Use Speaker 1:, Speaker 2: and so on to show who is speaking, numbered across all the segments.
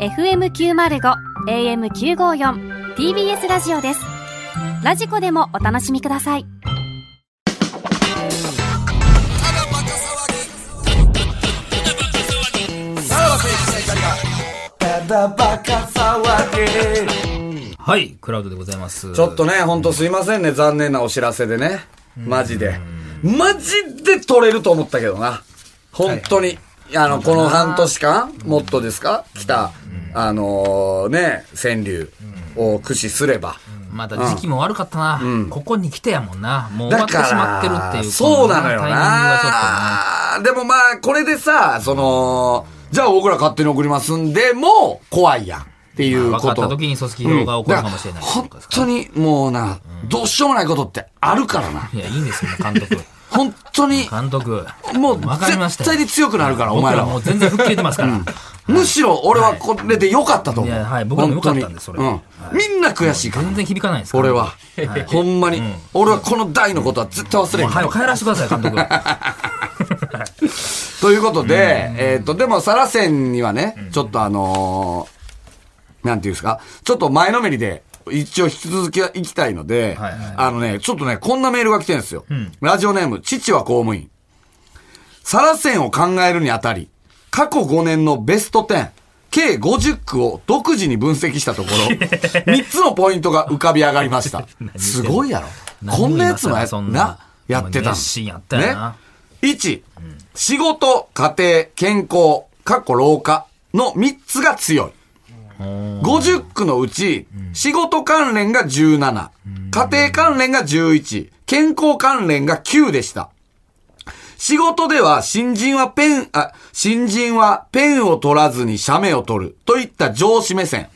Speaker 1: FM905 AM954 TBS ラジオですラジコでもお楽しみください
Speaker 2: はい、クラウドでございます。
Speaker 3: ちょっとね、ほんとすいませんね、残念なお知らせでね。マジで。マジで取れると思ったけどな。本当に。あの、この半年間、もっとですか来た、あのーね、川柳を駆使すれば。
Speaker 2: まだ時期も悪かったな、ここに来てやもんな。もう終わ
Speaker 3: だ
Speaker 2: ってしまってるっ
Speaker 3: か
Speaker 2: てい
Speaker 3: ら、
Speaker 2: う。
Speaker 3: そうなのよ
Speaker 2: こタイミングはちょ
Speaker 3: な。
Speaker 2: っ
Speaker 3: でもまあ、これでさ、その、じゃあ僕ら勝手に送りますんで、もう怖いやん。ってい
Speaker 2: と
Speaker 3: う
Speaker 2: な。
Speaker 3: こ
Speaker 2: 分
Speaker 3: と。
Speaker 2: かった時に組織票が起こるかもしれない。
Speaker 3: うんだから本当にもうな、どうしようもないことってあるからな。
Speaker 2: いや、いいんですよ、監督。
Speaker 3: 本当に、
Speaker 2: 監督。
Speaker 3: もう
Speaker 2: わかりました
Speaker 3: 絶対に強くなるから、お前ら
Speaker 2: 僕も
Speaker 3: は
Speaker 2: う。全然吹っ切れてますから。
Speaker 3: むしろ俺はこれで良かったと思う。
Speaker 2: はいいやはい僕らも良かったんで
Speaker 3: 本当に
Speaker 2: それ
Speaker 3: う
Speaker 2: は
Speaker 3: ん。みんな悔しいから
Speaker 2: 全。然響かないですから
Speaker 3: 俺は。ほんまに。俺はこの台のことは絶対忘れへ。
Speaker 2: もうん早く帰らせてください、監 督。
Speaker 3: ということで、えっと、でもサラセンにはね、ちょっとあのー、なんていうんですか、ちょっと前のめりで、一応引き続きは行きたいので、
Speaker 2: はいはい
Speaker 3: あのね、ちょっとね、こんなメールが来てるんですよ。ラジオネーム、父は公務員。サラセンを考えるにあたり、過去5年のベスト10、計50句を独自に分析したところ、3つ のポイントが浮かび上がりました。すごいやろ。こんなやつもや
Speaker 2: 何も今更そんな
Speaker 3: な、やってたの
Speaker 2: 熱心やったよな
Speaker 3: 1、仕事、家庭、健康、過去老化の3つが強い。50句のうち、仕事関連が17、家庭関連が11、健康関連が9でした。仕事では新人はペン、あ、新人はペンを取らずに写メを取るといった上司目線。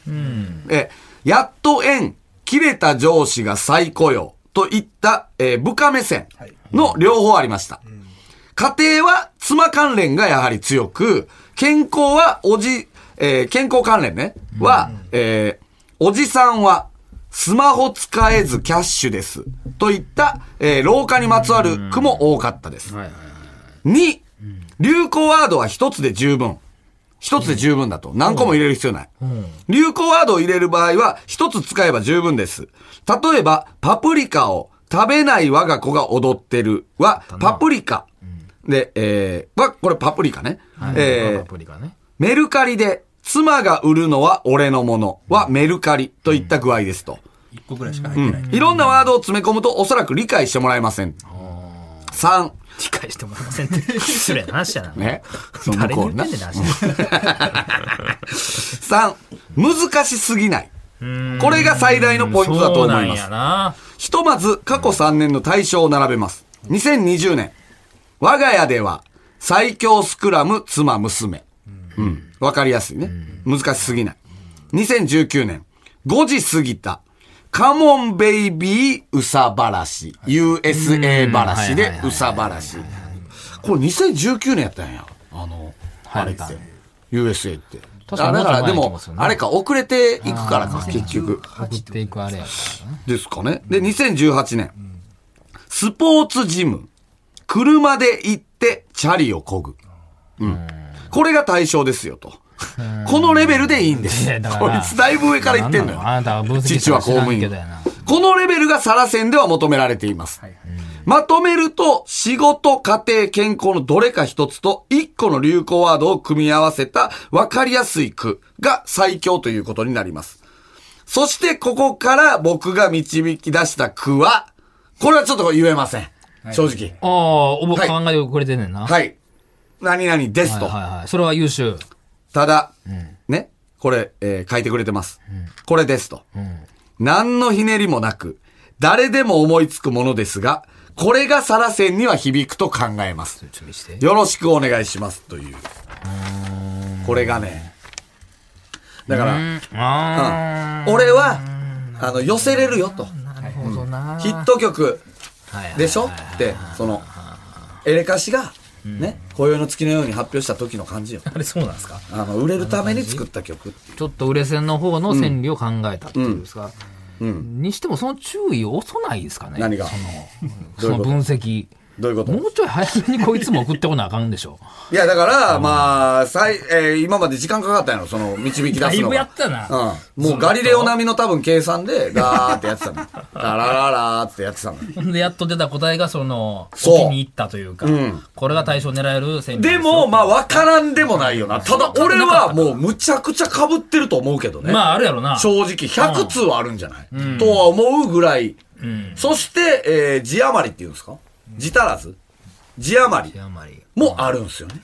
Speaker 3: え、やっと縁、切れた上司が再雇用といった、えー部下目線の両方ありました。家庭は妻関連がやはり強く、健康はおじ、えー健康関連ね、は、えーおじさんはスマホ使えずキャッシュです。といった、えー老化にまつわる句も多かったです。2、流行ワードは一つで十分。一つで十分だと。何個も入れる必要ない。流行ワードを入れる場合は、一つ使えば十分です。例えば、パプリカを食べない我が子が踊ってるは、パプリカ。で、えー、はこれパプリカね。え
Speaker 2: パ
Speaker 3: ー
Speaker 2: プリカね。
Speaker 3: メルカリで、妻が売るのは俺のものはメルカリといった具合ですと。
Speaker 4: 一個ぐらいしか入ってない。
Speaker 3: いろんなワードを詰め込むとおそらく理解してもらえません。3、
Speaker 2: 理解してもらえませんって。 失礼な話やな。
Speaker 3: ね。その向
Speaker 2: 誰に
Speaker 3: こ
Speaker 2: 言
Speaker 3: う
Speaker 2: って
Speaker 3: なん
Speaker 2: ねんな話。
Speaker 3: 3、難しすぎない。これが最大のポイントだと
Speaker 2: そう
Speaker 3: 思
Speaker 2: ないん
Speaker 3: ま
Speaker 2: や
Speaker 3: す。
Speaker 2: な。
Speaker 3: ひとまず過去3年の対象を並べます。2020年。我が家では最強スクラム妻娘。うん。わかりやすいね。難しすぎない。2019年。5時過ぎた。カモンベイビーうさばらし。USA ばらし
Speaker 2: はいはい
Speaker 3: で
Speaker 2: はいう
Speaker 3: さばらし。これ2019年やったんや。あの、あれって。USA って。
Speaker 2: 確かに
Speaker 3: あだからで
Speaker 2: もっと前に行き
Speaker 3: も
Speaker 2: ますよ、ね
Speaker 3: あれか、遅れていくからか、結局。
Speaker 2: 走っていくあれやからな。
Speaker 3: ですかね。で、2018年。スポーツジム。車で行って、チャリを漕ぐ。うん。これが対象ですよ、と。このレベルでいいんです
Speaker 2: いやだ。か
Speaker 3: こい
Speaker 2: ら
Speaker 3: つだいぶ上から言ってんのよ
Speaker 2: なんな。あなたは分析
Speaker 3: 父は公務員
Speaker 2: したら知らんけどやな。
Speaker 3: このレベルがサラセンでは求められています。まとめると、仕事、家庭、健康のどれか一つと、一個の流行ワードを組み合わせた、わかりやすい句が最強ということになります。そして、ここから僕が導き出した句は、これはちょっと言えません。正直。
Speaker 2: ああ、おぼ、
Speaker 3: はい
Speaker 2: 考えてくれてんねんな。い。
Speaker 3: はい。何々です
Speaker 2: はい
Speaker 3: と。
Speaker 2: はい。それは優秀。
Speaker 3: ただ、ね、これ、えー書いてくれてます。これですと。何のひねりもなく、誰でも思いつくものですが、これがサラセンには響くと考えます。
Speaker 2: ちょっと見して。
Speaker 3: よろしくお願いしますという。これがね、だから、
Speaker 2: あ
Speaker 3: うん俺は、あの、寄せれるよと。
Speaker 2: あ。なるほどな。
Speaker 3: ヒット曲
Speaker 2: はいはい
Speaker 3: でしょって、その、エレカシが、ね、今宵の月のように発表した時の感じよ。
Speaker 2: あれそうなんですか
Speaker 3: あの、売れるために作った曲っていう
Speaker 2: ちょっと売れ線の方の線理を考えたっていうんですか。にしてもその注意を押さないですかね。
Speaker 3: 何が
Speaker 2: そ
Speaker 3: どういうこと
Speaker 2: のその分析。
Speaker 3: どういうこと
Speaker 2: もうちょい早めにこいつも送ってこなあかんでしょ。
Speaker 3: いや、だから、まあ、さい、えー今まで時間かかったんやろ、その、導き出
Speaker 2: だ
Speaker 3: す
Speaker 2: い
Speaker 3: の
Speaker 2: ぶやっ
Speaker 3: が。
Speaker 2: たな。
Speaker 3: うん。もうガリレオ並みの多分計算で、ガーってやってた の。ララララーってやってたの。
Speaker 2: ほんで、やっと出た答えが、その、置き
Speaker 3: そう
Speaker 2: に行ったというか、
Speaker 3: うん
Speaker 2: これが対象を狙える戦略
Speaker 3: で
Speaker 2: よ
Speaker 3: も、まあ、わからんでもないよな。 ただ、俺はもう、むちゃくちゃ被ってると思うけどね。
Speaker 2: まあ、あるやろな。
Speaker 3: 正直、100通はあるんじゃない、とは思うぐらい。
Speaker 2: うん。
Speaker 3: そして、えー、字余りっていうんですか字足らず字余り
Speaker 2: あんまり。
Speaker 3: もあるんですよね。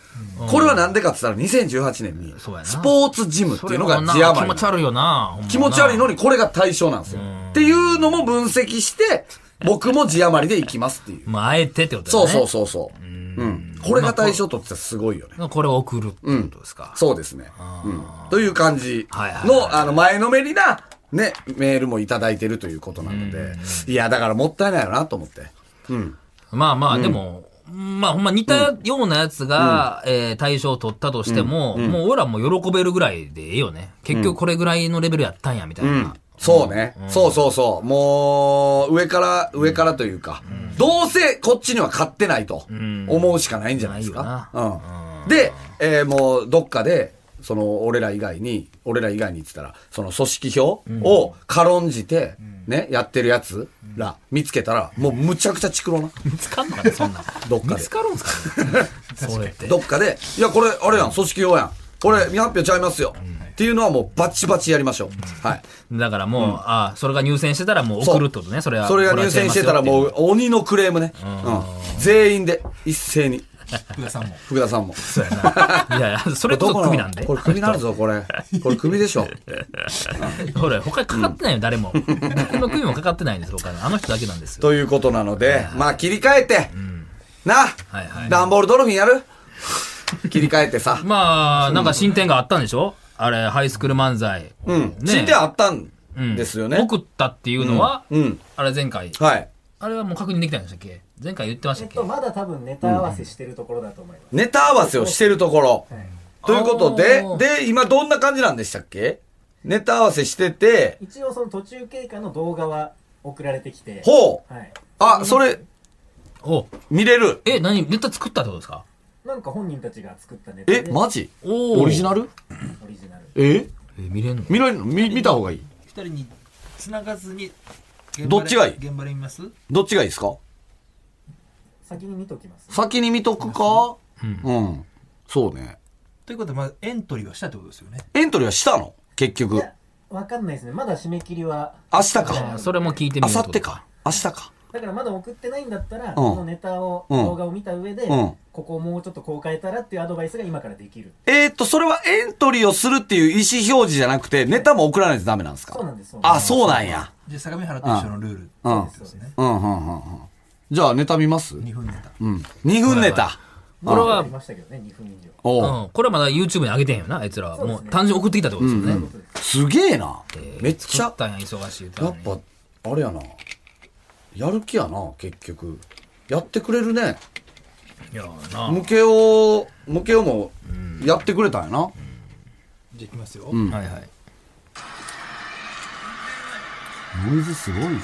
Speaker 3: これはなんでかって言ったら、2018年に、
Speaker 2: そうやな
Speaker 3: スポーツジムっていうのが
Speaker 2: そ
Speaker 3: 字
Speaker 2: れもな
Speaker 3: 余
Speaker 2: 気持
Speaker 3: り
Speaker 2: ち。悪いよな。ほんまな
Speaker 3: 気持ち悪いのにこれが対象なんですよ。っていうのも分析して、僕も字余りでいきますっていう。
Speaker 2: まあ、あえてってことだ
Speaker 3: そ
Speaker 2: よ
Speaker 3: う
Speaker 2: ね。
Speaker 3: そうそうそう。うん。これが対象とってすごいよね。
Speaker 2: う。これを送るってことですか。
Speaker 3: そうですね。うん。という感じ
Speaker 2: はいはいはい
Speaker 3: の、あの、前のめりな、ね、メールもいただいてるということなので、いや、だからもったいないよなと思って。うん。
Speaker 2: まあまあ、でも、まあほんま似たようなやつが、えー対象を取ったとしても、もう俺らも喜べるぐらいでええよね。結局これぐらいのレベルやったんや、みたいな。
Speaker 3: そうね。そうそうそう。もう、上から、上からというか、どうせこっちには勝ってないと思うしかないんじゃないですか。
Speaker 2: な
Speaker 3: うん。で、えーもう、どっかで、その、俺ら以外に、俺ら以外にって言ったら、その組織票を軽んじて、ね、やってるやつら見つけたら、もうむちゃくちゃチクろうな。
Speaker 2: 見つかんのかね、そんなん。
Speaker 3: どっかで
Speaker 2: 見つかるんす かね。それって。
Speaker 3: どっかで、いや、これ、あれやん、組織票やん。これ、未発表ちゃいますよ。っていうのはもうバチバチやりましょう。はい。
Speaker 2: だからもう、ああ、それが入選してたらもう送るってことね、それは。
Speaker 3: それが入選してたらも
Speaker 2: う。
Speaker 3: う鬼のクレームね。うん。全員で、一斉に。
Speaker 2: 福田さんも。
Speaker 3: 福田さんも。
Speaker 2: そうやな。いやいや、それこそ首なんで。
Speaker 3: これ首になるぞ、こ れ。これ首でしょ。
Speaker 2: ほら、他かかってないよ、誰も。僕の首もかかってないんです、他の。あの人だけなんですよ。
Speaker 3: ということなので、まあ切り替えて、な、
Speaker 2: はいはい
Speaker 3: ダンボールドルフィンやる切り替えてさ。
Speaker 2: まあ、なんか進展があったんでしょあれ、ハイスクール漫才。
Speaker 3: うん。
Speaker 2: ね
Speaker 3: 進展あったん
Speaker 2: うん
Speaker 3: ですよね。
Speaker 2: 送ったっていうのは、
Speaker 3: うんうん
Speaker 2: あれ前回、
Speaker 3: はい。
Speaker 2: あれはもう確認できたんでしたっけ前回言ってまし
Speaker 4: え
Speaker 2: た
Speaker 4: っ
Speaker 2: っけ
Speaker 4: と、まだ多分ネタ合わせしてるところだと思います。
Speaker 3: ネタ合わせをしてるところ。
Speaker 4: はい
Speaker 3: ということで
Speaker 2: あー、
Speaker 3: で、今どんな感じなんでしたっけネタ合わせしてて、
Speaker 4: 一応その途中経過の動画は送られてきて、
Speaker 3: ほう。
Speaker 4: はい。
Speaker 3: あ、それ、
Speaker 2: お
Speaker 3: 見れる。
Speaker 2: え、何ネタ作ったってことですか
Speaker 4: なんか本人たちが作ったネタ
Speaker 3: え
Speaker 4: で、、
Speaker 3: マジ
Speaker 2: お
Speaker 3: オリジナル
Speaker 4: オリジナル。
Speaker 3: え
Speaker 2: え、見れんの
Speaker 3: 見られるの見、見た方がいい
Speaker 5: 二人に繋がずに現場で
Speaker 3: どっちがいい
Speaker 5: 現場で見ます
Speaker 3: どっちがいいですか
Speaker 4: 先に見ときます。
Speaker 3: 先に見とくかうん、そうね。
Speaker 5: ということでまあエントリーはしたってことですよね
Speaker 3: エントリーはしたの結
Speaker 4: い
Speaker 3: 局。
Speaker 4: や、わかんないですね。まだ締め切りは。
Speaker 3: 明日
Speaker 2: あ
Speaker 3: か。
Speaker 2: それも聞いてみ
Speaker 3: 明
Speaker 2: る
Speaker 3: 後日か。明日か。
Speaker 4: だからまだ送ってないんだったら、このネタを、
Speaker 3: うん
Speaker 4: 動画を見た上で、
Speaker 3: ん
Speaker 4: ここをもうちょっとこう変えたらっていうアドバイスが今からできる。
Speaker 3: えー、っと、それはエントリーをするっていう意思表示じゃなくて、ネタも送らないとダメなんですか
Speaker 4: そうなんですそうなんで
Speaker 3: あ、
Speaker 4: す
Speaker 3: そうなんや。
Speaker 5: じゃあ相模原と一緒のルール
Speaker 3: うん。うん、
Speaker 4: そうですね。
Speaker 3: うん、うん、うん。じゃあ、ネタ見ます
Speaker 5: 2分ネタ
Speaker 3: うん。2分ネタ。
Speaker 2: これ
Speaker 4: あ
Speaker 2: は
Speaker 4: り、ましたけどね、2分以上。
Speaker 3: おう
Speaker 2: うん、これはまだ YouTube に上げてへんよな、あいつらは。
Speaker 4: そうで
Speaker 2: も
Speaker 4: す
Speaker 2: う
Speaker 4: ね
Speaker 2: 単純に送ってきたってことですよね。
Speaker 3: すげえな。めっち
Speaker 2: 作
Speaker 3: ゃ
Speaker 2: っ。たんや、忙しい歌
Speaker 3: や
Speaker 2: な
Speaker 3: っ
Speaker 2: のに。
Speaker 3: ぱ、あれやな。やる気やな、結局。やってくれるね。
Speaker 2: いやな。
Speaker 3: ムケオ、ムケオもやってくれたんやな。
Speaker 5: じゃあいきますよ、
Speaker 2: はいはい。
Speaker 3: ノイズすごいね。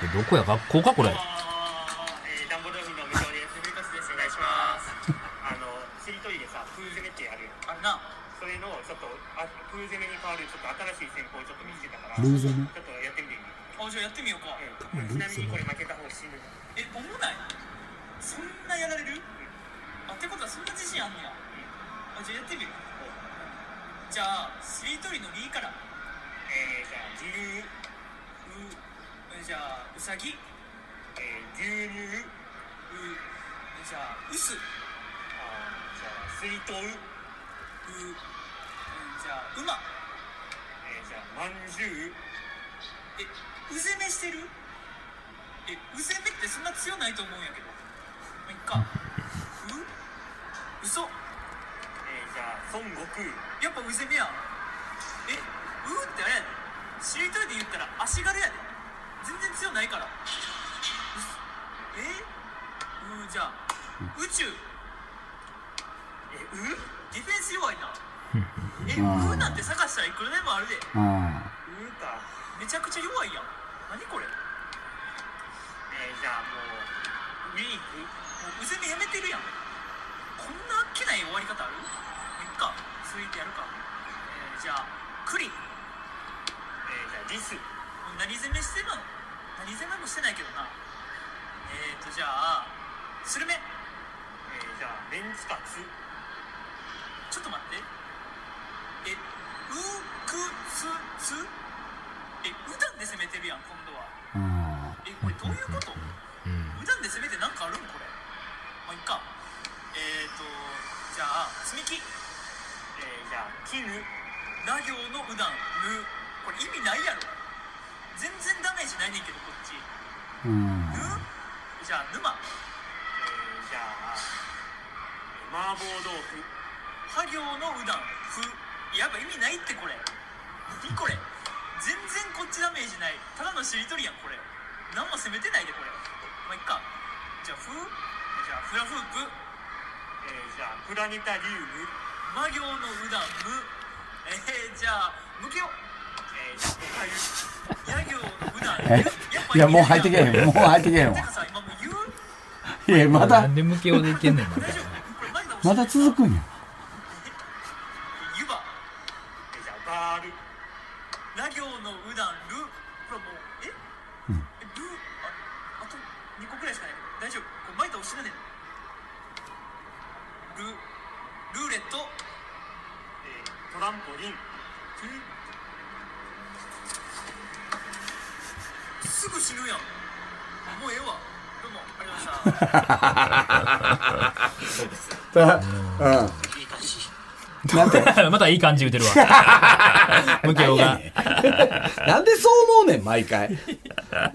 Speaker 2: これどこや、学校か、これ。
Speaker 6: えーダンボドルフィンの向こうです。ミルコスです。お願いします。あの、しりとりでさ、風攻めってあるよ。あるな。それの、ちょっと、あ風攻めに変わる、ちょっと新しい戦法をちょっと見つけたから、
Speaker 3: ルーゼム
Speaker 6: ちょっとやってみていいあ、じゃあやってみようか。ちなみにこれ負けた方死ぬ。え、思わないそんなやられるあ、ってことはそんな自信あんのや。あ、じゃあやってみるじゃあ、しりとりの2から。えー、じゃあ、牛、う、じゃあ、うさぎ。えー、牛乳うじゃあ薄あーじゃあ水筒ううじゃあ馬えー、じゃあまんじゅうえうぜめしてるえうぜめってそんな強ないと思うんやけどまあ、いっかう嘘えー、じゃあ孫悟空やっぱうぜめやんえうってあれやでしりとりで言ったら足軽やで全然強ないからえうーじゃあ宇宙えうディフェンス弱いなえうなんて探したらいくらでもあるでうかめちゃくちゃ弱いやん何これえじゃあもう見に行くもううずめやめてるやんこんなあっけない終わり方あるいっか続いてやるか、えーじゃあクリえーじゃあリスもう何攻めしてるの何攻めもしてないけどなえーとじゃあスルメえーじゃあメンツカツちょっと待ってえうくつつえ歌で攻めてるやん今度はえこれどういうこと無断で攻めてなんかあるんこれまあいっかえーとじゃあ積み木えー、じゃあ絹な行のうだんぬこれ意味ないやろ全然ダメージないねんけどこっちぬじゃあ沼えー、じゃあ麻婆豆腐は行のうだんふやばい意味ないってこれ何これ全然こっちダメージないただのしりとりやんこれ何も攻めてないでこれまあいっかじゃあふじゃあフラフープえー、じゃあプラネタリウム魔行のうだんむえー、じゃあ無形えー、じゃあおかゆ野行のうだんぬやっぱ
Speaker 3: いや、もう入ってけへ
Speaker 6: ん
Speaker 3: ん。もう入ってけへんわ
Speaker 6: て。かさ今もう言う
Speaker 3: いや、ま
Speaker 2: な
Speaker 3: だ
Speaker 2: ん、で向けようでいけんねん なみた
Speaker 6: 大
Speaker 2: い
Speaker 6: 丈夫
Speaker 2: な
Speaker 6: これマジで
Speaker 3: まだ続くんや。
Speaker 6: 湯葉えじゃあバールラ行のうだんるこれもうえ、
Speaker 3: ん
Speaker 6: えルああと2個くらいしかないけど大丈夫これ前倒しなねんルルーレット、えー、トランポリンすぐ死ぬやんもうええわどうもありがとうございました
Speaker 3: う
Speaker 2: またいい感じ言うてるわ。ムケオが。
Speaker 3: ん。なんでそう思うねん、毎回。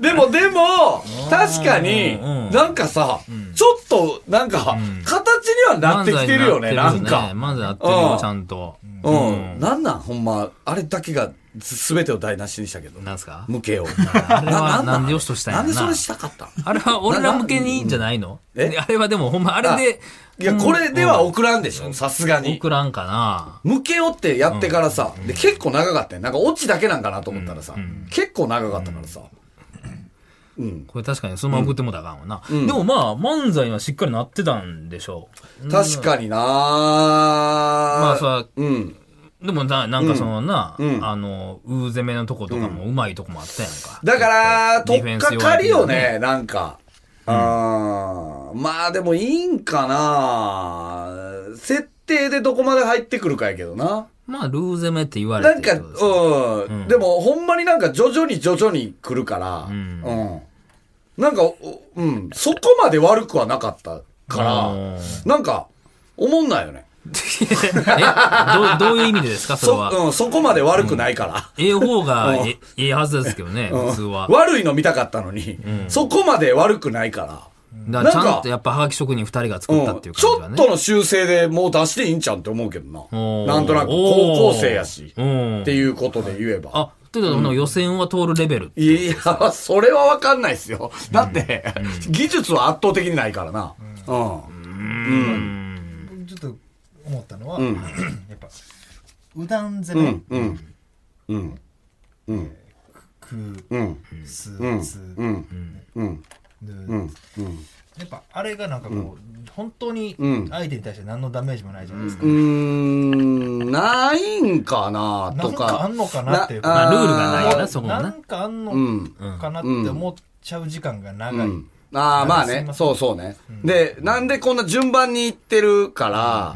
Speaker 3: でも、でも、確かに
Speaker 2: うん、
Speaker 3: なんかさ、ちょっと、なんか
Speaker 2: ん、
Speaker 3: 形にはなってきてるよね、なんか。
Speaker 2: 漫才なってるよ
Speaker 3: う、ん
Speaker 2: ちゃんと。
Speaker 3: うん。なんなん、ほんま、あれだけが、すべてを台無しにしたけど。
Speaker 2: なんすか
Speaker 3: 無形を。
Speaker 2: あれは
Speaker 3: な
Speaker 2: なんでよしとしたんや
Speaker 3: なん
Speaker 2: ろ
Speaker 3: で
Speaker 2: な
Speaker 3: それしたかったん
Speaker 2: あれは俺ら向けにじゃないの
Speaker 3: ななえ
Speaker 2: あれはでもほんま、あれで。
Speaker 3: いや、これでは
Speaker 2: うん
Speaker 3: 送らんでしょ、さすがに。
Speaker 2: 送らんかな。
Speaker 3: 無形をってやってからさ、で、結構長かったよ。なんかオチだけなんかなと思ったらさ、結構長かったからさ。うん。
Speaker 2: これ確かにそのまま送ってもたらあかんわな。
Speaker 3: ん
Speaker 2: でもまあ、漫才はしっかりなってたんでしょう。
Speaker 3: 確かになま
Speaker 2: まあさ、
Speaker 3: うん。
Speaker 2: でもな、なんかそのな、
Speaker 3: うん
Speaker 2: あの、うー攻めのとことかもうまいとこもあったやんか。
Speaker 3: だから、
Speaker 2: デ
Speaker 3: と
Speaker 2: ィフェ
Speaker 3: っ
Speaker 2: ンス
Speaker 3: か
Speaker 2: 弱い
Speaker 3: かりよ
Speaker 2: けど
Speaker 3: ね、なんか。あーまあでもいいんかな設定でどこまで入ってくるかやけどな。
Speaker 2: まあ、ルー攻めって言われ
Speaker 3: なん
Speaker 2: て
Speaker 3: か、
Speaker 2: るってことですね
Speaker 3: う。
Speaker 2: うんん
Speaker 3: でも、ほんまになんか徐々に徐々に来るから、う
Speaker 2: うん
Speaker 3: ん。なんか、おうん、そこまで悪くはなかったから、なんか、思んないよね。
Speaker 2: えどうどういう意味でですかそれ
Speaker 3: そ、
Speaker 2: は。
Speaker 3: うん、そこまで悪くないから。
Speaker 2: ええ方が
Speaker 3: うん
Speaker 2: えええはずですけどね、
Speaker 3: うん
Speaker 2: 普通は。
Speaker 3: 悪いの見たかったのに、そこまで悪くないから。
Speaker 2: だからち
Speaker 3: なん
Speaker 2: ゃ
Speaker 3: か
Speaker 2: んとやっぱハガキ職人二人が作った
Speaker 3: う
Speaker 2: っ
Speaker 3: ん、
Speaker 2: ていう
Speaker 3: ち
Speaker 2: 感じ
Speaker 3: ょ
Speaker 2: が
Speaker 3: っ
Speaker 2: ね。
Speaker 3: との修正でもう出していいんちゃうんって思うけどな。
Speaker 2: おー
Speaker 3: なんとなく高校生やし、
Speaker 2: おー
Speaker 3: っていうことで言えば。
Speaker 2: あ、というの予選は通るレベル。
Speaker 3: いや、それはわかんないですよ。だって、技術は圧倒的にないからな。うん。
Speaker 5: 僕ちょっと思ったのは、
Speaker 3: ん
Speaker 5: やっぱうだん攻
Speaker 3: う
Speaker 5: め、
Speaker 3: ん。うん。うん。うん。
Speaker 5: くー
Speaker 3: うん。
Speaker 5: す
Speaker 3: うん。
Speaker 5: つ
Speaker 3: うん。うん。
Speaker 5: ぬ
Speaker 3: うん。うん。
Speaker 5: やっぱあれがなんかこう、本当に
Speaker 3: うん
Speaker 5: 相手に対して何のダメージもないじゃないですか、
Speaker 3: うーん、ないんかな
Speaker 5: な
Speaker 3: と
Speaker 5: んかあ
Speaker 3: か。
Speaker 5: んのかなっていう
Speaker 3: な
Speaker 5: か
Speaker 2: まあ、ルールが
Speaker 3: あー
Speaker 2: ないよな、そこも
Speaker 5: な
Speaker 2: な。
Speaker 5: んかあんのかなって思っちゃう時間が長
Speaker 3: う
Speaker 5: い、
Speaker 3: ん。ああ、まあ
Speaker 5: すい
Speaker 3: ね。
Speaker 5: ません
Speaker 3: そうそうね。で、なんでこんな順番に行ってるから、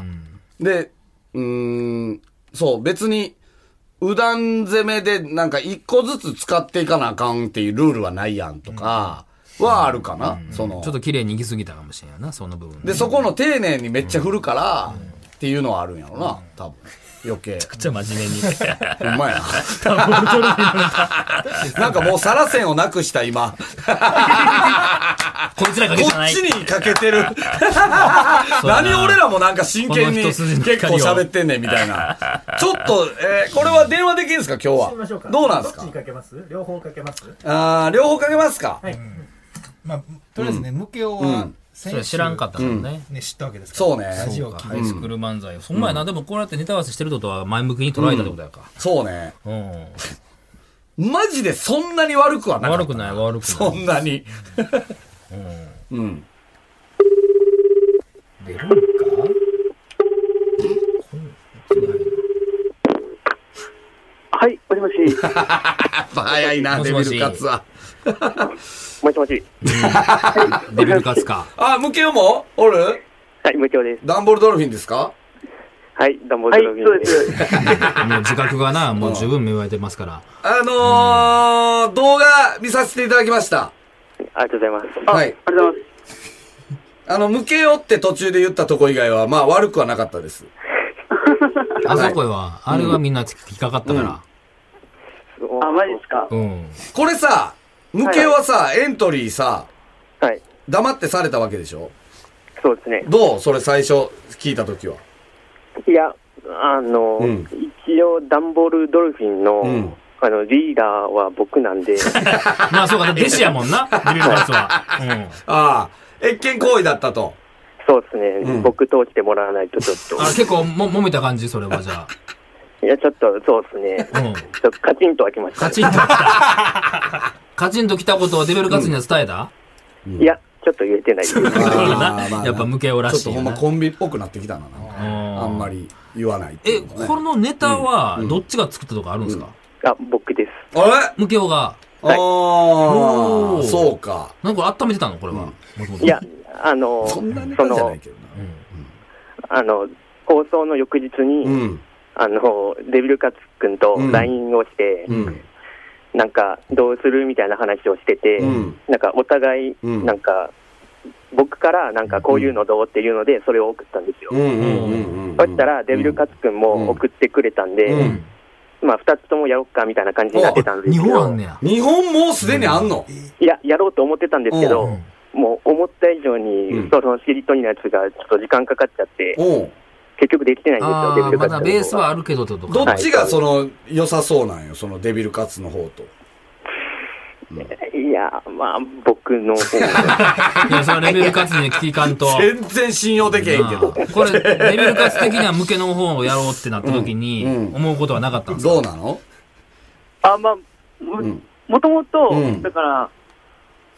Speaker 3: で、うーん、そう、別に、うだん攻めでなんか一個ずつ使っていかなあかんっていうルールはないやんとか、はあるかな、その。
Speaker 2: ちょっと綺麗に行き過ぎたかもしれんよな、その部分ね。
Speaker 3: で、そこの丁寧にめっちゃ振るから、っていうのはあるんやろな、多分。余計。
Speaker 2: めっちゃ真面 目に。
Speaker 3: ほんまやな。 なんかもうサラ線をなくした今。
Speaker 2: こいつらかけ
Speaker 3: こ
Speaker 2: じゃな
Speaker 3: っ
Speaker 2: い
Speaker 3: ち。にかけてる。何俺らもなんか真剣に
Speaker 2: この一
Speaker 3: 結
Speaker 2: 筋の
Speaker 3: 構
Speaker 2: 光を
Speaker 3: 喋ってんねんみたいな。ちょっと、えーこれは電話できるんですか今
Speaker 4: してみまし
Speaker 3: 日
Speaker 4: ょうか
Speaker 3: は。どうなんです
Speaker 4: どっち
Speaker 3: か
Speaker 4: にかけます両方かけます
Speaker 3: あー両方かけますか
Speaker 4: はい、
Speaker 5: まあ、とりあえずね、ムケオ
Speaker 3: う
Speaker 5: は
Speaker 3: ん
Speaker 2: そ
Speaker 5: 先
Speaker 2: れ
Speaker 5: 週
Speaker 2: 知らんかったもんね。
Speaker 5: ね知ったわけですから
Speaker 3: そうね。
Speaker 5: ラジオを
Speaker 2: か
Speaker 5: 聞い
Speaker 2: ハイスクール漫才。そんまやな、でもこうやってネタ合わせしてるってことは前向きに捉えたってことやか。
Speaker 3: そうね。
Speaker 2: うん。
Speaker 3: マジでそんなに悪くはなかった
Speaker 2: 悪くない、悪くない。
Speaker 3: そんなに。うん。
Speaker 2: 出るんかこん
Speaker 7: はい、もしもし。
Speaker 3: やっぱ早いな、
Speaker 2: もし
Speaker 3: デ
Speaker 2: も
Speaker 3: ビ
Speaker 2: し
Speaker 3: ルカツは。
Speaker 7: もしもし。
Speaker 2: デビルカツか。
Speaker 3: あ、ムケオもおる
Speaker 8: はい、無調です。
Speaker 3: ダンボールドルフィンですか
Speaker 8: はい、ダンボー
Speaker 7: はい、
Speaker 8: ル
Speaker 7: そ
Speaker 8: ド
Speaker 7: う
Speaker 8: ロビン
Speaker 7: です。
Speaker 2: もう自覚がな、もう十分芽生えてますから。
Speaker 3: あのー、動画見させていただきました。
Speaker 8: ありがとうございます。
Speaker 7: あ、
Speaker 3: は
Speaker 7: あ
Speaker 3: い
Speaker 7: り。がとうございます。
Speaker 3: あの、ムケオって途中で言ったとこ以外は、まあ悪くはなかったです。
Speaker 2: あそこへは、あれはみんな引っかかったから。
Speaker 7: あ、マジですか。
Speaker 2: うん。
Speaker 3: これさ、ムケオはさ、エントリーさ、
Speaker 8: はい、
Speaker 3: 黙ってされたわけでしょ
Speaker 8: そうですね。
Speaker 3: どうそれ最初聞いたときは。
Speaker 8: いや、あの、
Speaker 3: うん
Speaker 8: 一応、ダンボールドルフィンの、
Speaker 3: うん
Speaker 8: あの、リーダーは僕なん で、
Speaker 2: まあそうか、弟子やもんな、デビルカツは。
Speaker 3: ああ、越権行為だった と。
Speaker 8: そうですね、
Speaker 3: うん
Speaker 8: 僕通してもらわないとちょっ
Speaker 2: うん。あ、
Speaker 8: と、
Speaker 2: 結構も、揉めた感じ、それはじゃ
Speaker 8: いや、ちょっと、そうです
Speaker 2: あ。
Speaker 8: ね、
Speaker 2: うん。
Speaker 8: ちょっとカチンと開きました。
Speaker 2: カチンと来た。カチンと来たことをデビルカツには伝えた、
Speaker 8: いや、ちょっと言えてないです。
Speaker 3: あ
Speaker 2: だ
Speaker 3: ー
Speaker 2: から
Speaker 3: まあまあ
Speaker 2: な、やっぱ無形ら
Speaker 3: ちょっ
Speaker 2: しい
Speaker 3: と
Speaker 2: よ
Speaker 3: ほん
Speaker 2: な。
Speaker 3: まコンビっぽくなってきたな。なんか
Speaker 2: うん
Speaker 3: あんまり言わないってい
Speaker 2: え、
Speaker 3: うのね
Speaker 2: このネタは、どっちが作ったとかあるんですか
Speaker 8: あ、僕です。
Speaker 3: あれあ
Speaker 2: 無形が。
Speaker 3: あ
Speaker 2: お
Speaker 3: ー、
Speaker 2: ー
Speaker 3: そうか。
Speaker 2: なんか温めてたのこれは。もともと
Speaker 8: いや、、あの、
Speaker 3: そんなネタ
Speaker 8: そ
Speaker 3: じゃな
Speaker 8: の
Speaker 3: い、けどな。
Speaker 8: あの、放送の翌日に、
Speaker 3: うん。
Speaker 8: あの、デビルカツ君と
Speaker 3: うん
Speaker 8: LINE をして、
Speaker 3: うん。
Speaker 8: なんか、どうするみたいな話をしてて、
Speaker 3: うん
Speaker 8: なんか、お互い、
Speaker 3: うん
Speaker 8: なんか、僕から、なんか、こういうのどうっていうので、それを送ったんですよ。
Speaker 3: うんうんうんうん。
Speaker 8: そしたら、デビルカツ君も送ってくれたんで、
Speaker 3: うん
Speaker 2: うん。
Speaker 8: まあ、二つともやろうか、みたいな感じになってたんです
Speaker 2: 日
Speaker 8: け
Speaker 2: 本
Speaker 8: ど、
Speaker 2: あんねや。
Speaker 3: 日本もうすでにあんの
Speaker 8: いや、やろうと思ってたんですけど、
Speaker 3: う
Speaker 8: もう、思った以上に、
Speaker 3: うん
Speaker 8: その、スキリトニのやつが、ちょっと時間かかっちゃって、
Speaker 3: おう
Speaker 8: 結局できてないんですよ、
Speaker 2: あ
Speaker 8: デビ
Speaker 2: あ、
Speaker 8: ルカ
Speaker 2: ま
Speaker 8: ツ
Speaker 2: だ
Speaker 8: 君。
Speaker 2: ベースはあるけどってこと
Speaker 3: ど
Speaker 2: か。
Speaker 3: っちがその、良さそうなんよ。そのデビルカツの方と。
Speaker 8: いや、まあ、僕の方が
Speaker 2: いや、それはレベル活に聞かんと。
Speaker 3: 全然信用できへんけど。
Speaker 2: なあこれ、レベル活的には向けの方をやろうってなった時に
Speaker 3: うんうん、
Speaker 2: 思うことはなかったんですか
Speaker 3: どうなの
Speaker 7: あ、まあ、も
Speaker 3: ん
Speaker 7: もともと
Speaker 3: うん、
Speaker 7: だから、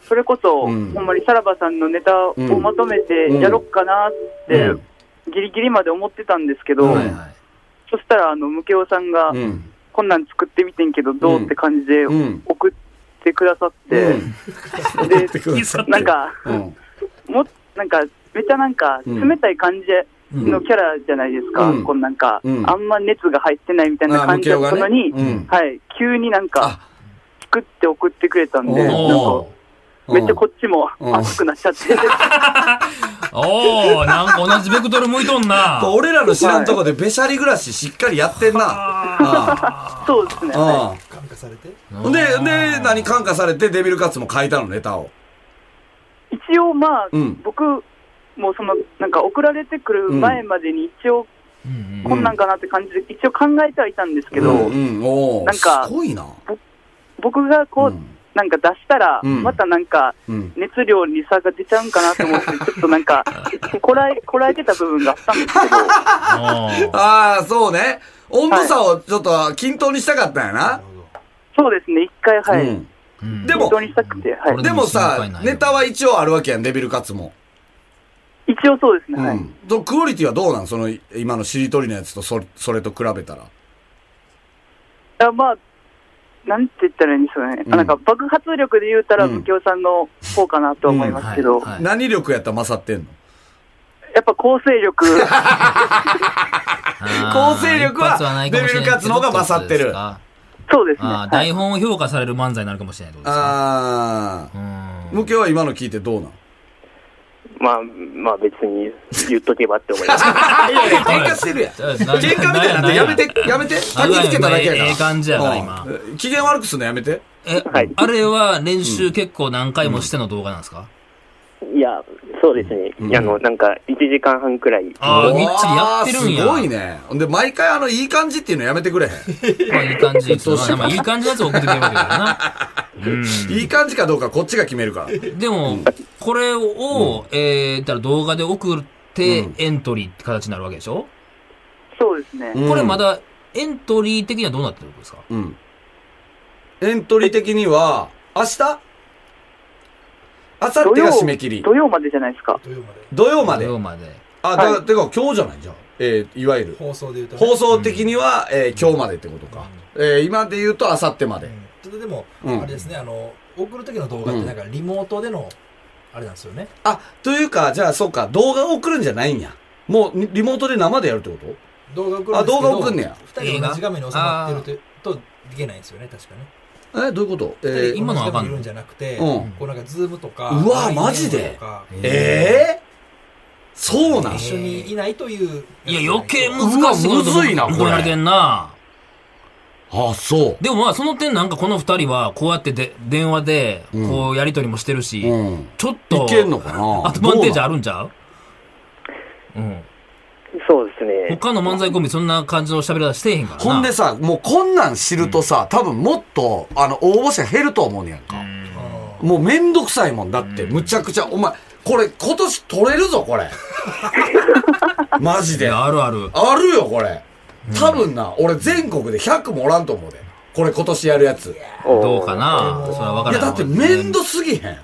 Speaker 7: それこそ、
Speaker 3: うん
Speaker 7: ほんまにさらばさんのネタをまとめて
Speaker 3: うん
Speaker 7: やろっかなっ
Speaker 3: う
Speaker 7: て
Speaker 3: ん、
Speaker 7: ギリギリまで思ってたんですけど、
Speaker 3: う
Speaker 2: はい
Speaker 3: ん
Speaker 2: はい。
Speaker 7: そしたら、あの、ムケオさんが
Speaker 3: う、ん。
Speaker 7: こんなん作ってみてんけど、どうって感じで
Speaker 3: うん。
Speaker 7: 送ってくださって、
Speaker 3: うん
Speaker 7: で、
Speaker 3: な
Speaker 7: なん、か、
Speaker 3: うん。
Speaker 7: も、なんか、めっちゃなんか、
Speaker 3: うん
Speaker 7: 冷たい感じのキャラじゃないですか、
Speaker 3: うん
Speaker 7: こんなんか、
Speaker 3: うん
Speaker 7: あんま熱が入ってないみたいな感じだったのに、
Speaker 3: あ向けようがねうん
Speaker 7: はい、急になんか、作って送ってくれたんで、
Speaker 3: おー
Speaker 7: なんか
Speaker 2: お、
Speaker 3: うん
Speaker 7: めっちゃこっちも
Speaker 3: うん
Speaker 7: 熱くなっちゃって、
Speaker 2: ーおー、なんか同じベクトル向いとんな。
Speaker 3: 俺らの知らんとこでべしゃり暮らししっかりやってんな。あ
Speaker 7: そうですね。はい
Speaker 3: あ。
Speaker 5: 感化されて。
Speaker 3: うん。で、で、何感化されてデビルカツも書いたの、ネタを。
Speaker 7: 一応まあ、
Speaker 3: うん
Speaker 7: 僕、もその、なんか送られてくる前までに一応、
Speaker 2: うんうん
Speaker 7: こんなんかなって感じで、一応考えてはいたんですけど、
Speaker 3: うんうん、おー
Speaker 7: なんか
Speaker 3: すごいな。
Speaker 7: 僕がこう、
Speaker 3: うん
Speaker 7: なんか出したら、
Speaker 3: うん
Speaker 7: またなんか、
Speaker 3: うん。
Speaker 7: 熱量に差が出ちゃうんかな と思って、ちょっとなんか、こらえ、こらえてた部分があったんですけど、
Speaker 2: おー
Speaker 3: ああ、そうね。温度差をちょっと均等にしたかったんやな。
Speaker 7: そうですね、一回、はい、
Speaker 3: うん
Speaker 2: うん
Speaker 3: でも
Speaker 7: 本当にしたくて、はい
Speaker 2: これ。
Speaker 3: でもさ
Speaker 2: 心配な、い
Speaker 3: ネタは一応あるわけやん、デビルカツも。
Speaker 7: 一応そうですね、
Speaker 3: う
Speaker 7: はい。
Speaker 3: ん。とクオリティはどうなんその、今のしりとりのやつとそれ、それと比べたら。
Speaker 7: あまあ、なんて言ったらいいんですかね。
Speaker 3: うん
Speaker 7: なんか爆発力で言うたら、
Speaker 3: うん
Speaker 7: 右京さんの方かなと思いますけ
Speaker 2: は
Speaker 7: ど、
Speaker 2: いはい
Speaker 3: 何力やったら勝ってんの
Speaker 7: やっぱ構成力、
Speaker 3: 構成力は
Speaker 2: 一発ないかもしれん
Speaker 3: デビ
Speaker 2: けど
Speaker 3: ルカツの方が勝ってる
Speaker 2: どうですか
Speaker 7: そうですね。
Speaker 2: あー
Speaker 7: はい
Speaker 2: 台本を評価される漫才になるかもしれないってことですか。
Speaker 3: ああ。
Speaker 2: うん
Speaker 3: 向けは今の聞いてどうなん
Speaker 8: まあ、まあ別に言っとけばって思い ます。
Speaker 3: いやいや、喧嘩してるやん。
Speaker 2: 喧嘩
Speaker 3: 喧嘩みたいになってやめて、やめて。焚きつけただけやから。
Speaker 2: ええ感じやから
Speaker 3: うん
Speaker 2: 今。
Speaker 3: 機嫌悪くすんのやめて。
Speaker 2: え、
Speaker 8: はい
Speaker 2: あれは練習結構何回もしての動画なんですか、
Speaker 8: いや、そうですね。あの、なんか、1時間半くらい。
Speaker 2: ああ、
Speaker 3: おー
Speaker 2: みっちりやってるんや。
Speaker 3: すごいね。ほんで、毎回あの、いい感じっていうのやめてくれへん。
Speaker 2: まあいい感じ。 まあいい感じのやつを送ってくれるわけだからな。
Speaker 3: いい感じかどうかこっちが決めるから。
Speaker 2: うん。でも、これを、えー、言ったら動画で送ってエントリーって形になるわけでしょ、
Speaker 7: そうですね。
Speaker 2: これまだエントリー的にはどうなってるんですか
Speaker 3: うん。エントリー的には、明日明後
Speaker 7: 土
Speaker 3: 日
Speaker 7: 曜
Speaker 3: が締め切り。
Speaker 7: 土曜までじゃないですか。
Speaker 5: 土曜まで。
Speaker 3: 土曜まで
Speaker 2: 土。曜まで。
Speaker 3: あ、だから、てか今日じゃないじゃん。えーいわゆる。
Speaker 5: 放送で言うとね、
Speaker 3: 放送的には、えー今日までってことか。えー今で言うと、あさってまで。
Speaker 5: うんでも、
Speaker 3: うん
Speaker 5: あれですねあの送る時の動画ってなんかリモートでのあれなんですよね、
Speaker 3: あ、というか、じゃあ、そうか、動画を送るんじゃないんや。もう、にリモートで生でやるってこと
Speaker 5: 動画送るんですけど
Speaker 3: あ動画送んねや
Speaker 5: 2人が同じ画面に収まってるとといけないんですよね確かね
Speaker 3: え、どういうことえー
Speaker 2: 今のはわ
Speaker 5: 同じ
Speaker 2: かんな
Speaker 5: 画
Speaker 2: い
Speaker 5: 面見るんじゃなくて、
Speaker 3: うん
Speaker 5: こうなんかズームとか
Speaker 3: うわ
Speaker 5: LINE
Speaker 3: マジで
Speaker 5: とか
Speaker 3: えーそうなん
Speaker 5: 一緒にいないという
Speaker 2: いや、余計
Speaker 3: む
Speaker 2: 難しいこと
Speaker 3: うわむずいなこれ
Speaker 2: 怒られてんな。
Speaker 3: あ、そう。
Speaker 2: でもまあ、その点なんかこの二人は、こうやってで電話で、
Speaker 3: うん
Speaker 2: こうやりとりもしてるし、
Speaker 3: うん。
Speaker 2: ちょっと、
Speaker 3: いけんのかな
Speaker 2: アドバンテージあるんちゃううん。
Speaker 8: そうですね。
Speaker 2: 他の漫才コンビそんな感じの喋り方してへんからな。
Speaker 3: ほんでさ、もうこんなん知るとさ、多分もっと、あの、応募者減ると思うねやんか。もうめんどくさいもんだって、むちゃくちゃ、お前、これ今年取れるぞ、 これ。マジ
Speaker 2: い
Speaker 3: で。
Speaker 2: や、あるある。
Speaker 3: あるよ、これ。多分な、俺全国で100もおらんと思うで。これ今年やるやつ。い
Speaker 2: どうかなそれは分から
Speaker 3: や、
Speaker 2: んな
Speaker 3: だってめんどすぎへん。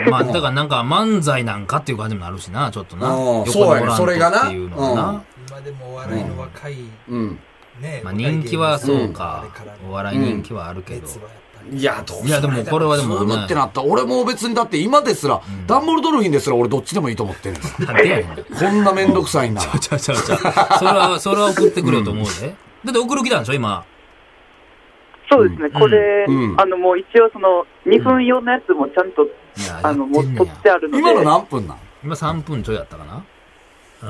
Speaker 2: まあ、だからなんか漫才なんかっていう感じもあるしな、ちょっとな。
Speaker 3: うん
Speaker 2: 横で
Speaker 3: そうやね
Speaker 2: ご覧
Speaker 3: それがな
Speaker 2: っていうのは
Speaker 3: うん
Speaker 2: な。
Speaker 5: 今でもお笑いの若い、
Speaker 3: うん。
Speaker 5: ね
Speaker 2: まあ
Speaker 5: 若い芸人
Speaker 2: 人気は
Speaker 5: さん
Speaker 2: そう
Speaker 5: あ
Speaker 2: か
Speaker 5: れら。
Speaker 2: お
Speaker 5: の
Speaker 2: 笑い人気はあるけど
Speaker 5: 熱。はやっぱり
Speaker 3: いや、どう
Speaker 2: いや、でもこれはでも
Speaker 3: そう
Speaker 2: ね。
Speaker 3: なってなった。俺も別にだって今ですら、ダンボールドルフィンですら俺どっちでもいいと思ってるんです。
Speaker 2: なんでやねん。ち
Speaker 3: こんなめんどくさいんだ。
Speaker 2: ゃうちゃうちゃ うちゃう。それは、それは送ってくれよと思うで。だって送る気なんでしょ、今。
Speaker 7: そうですね、これ、
Speaker 3: うん
Speaker 7: あのもう一応、その2分用のやつもちゃんと、
Speaker 2: いや、や
Speaker 7: あ
Speaker 2: って
Speaker 7: のもうん
Speaker 2: ね
Speaker 7: 取っ
Speaker 2: や
Speaker 7: て。あるので、
Speaker 3: 今の何分なん
Speaker 2: 今3分ちょいやったかな。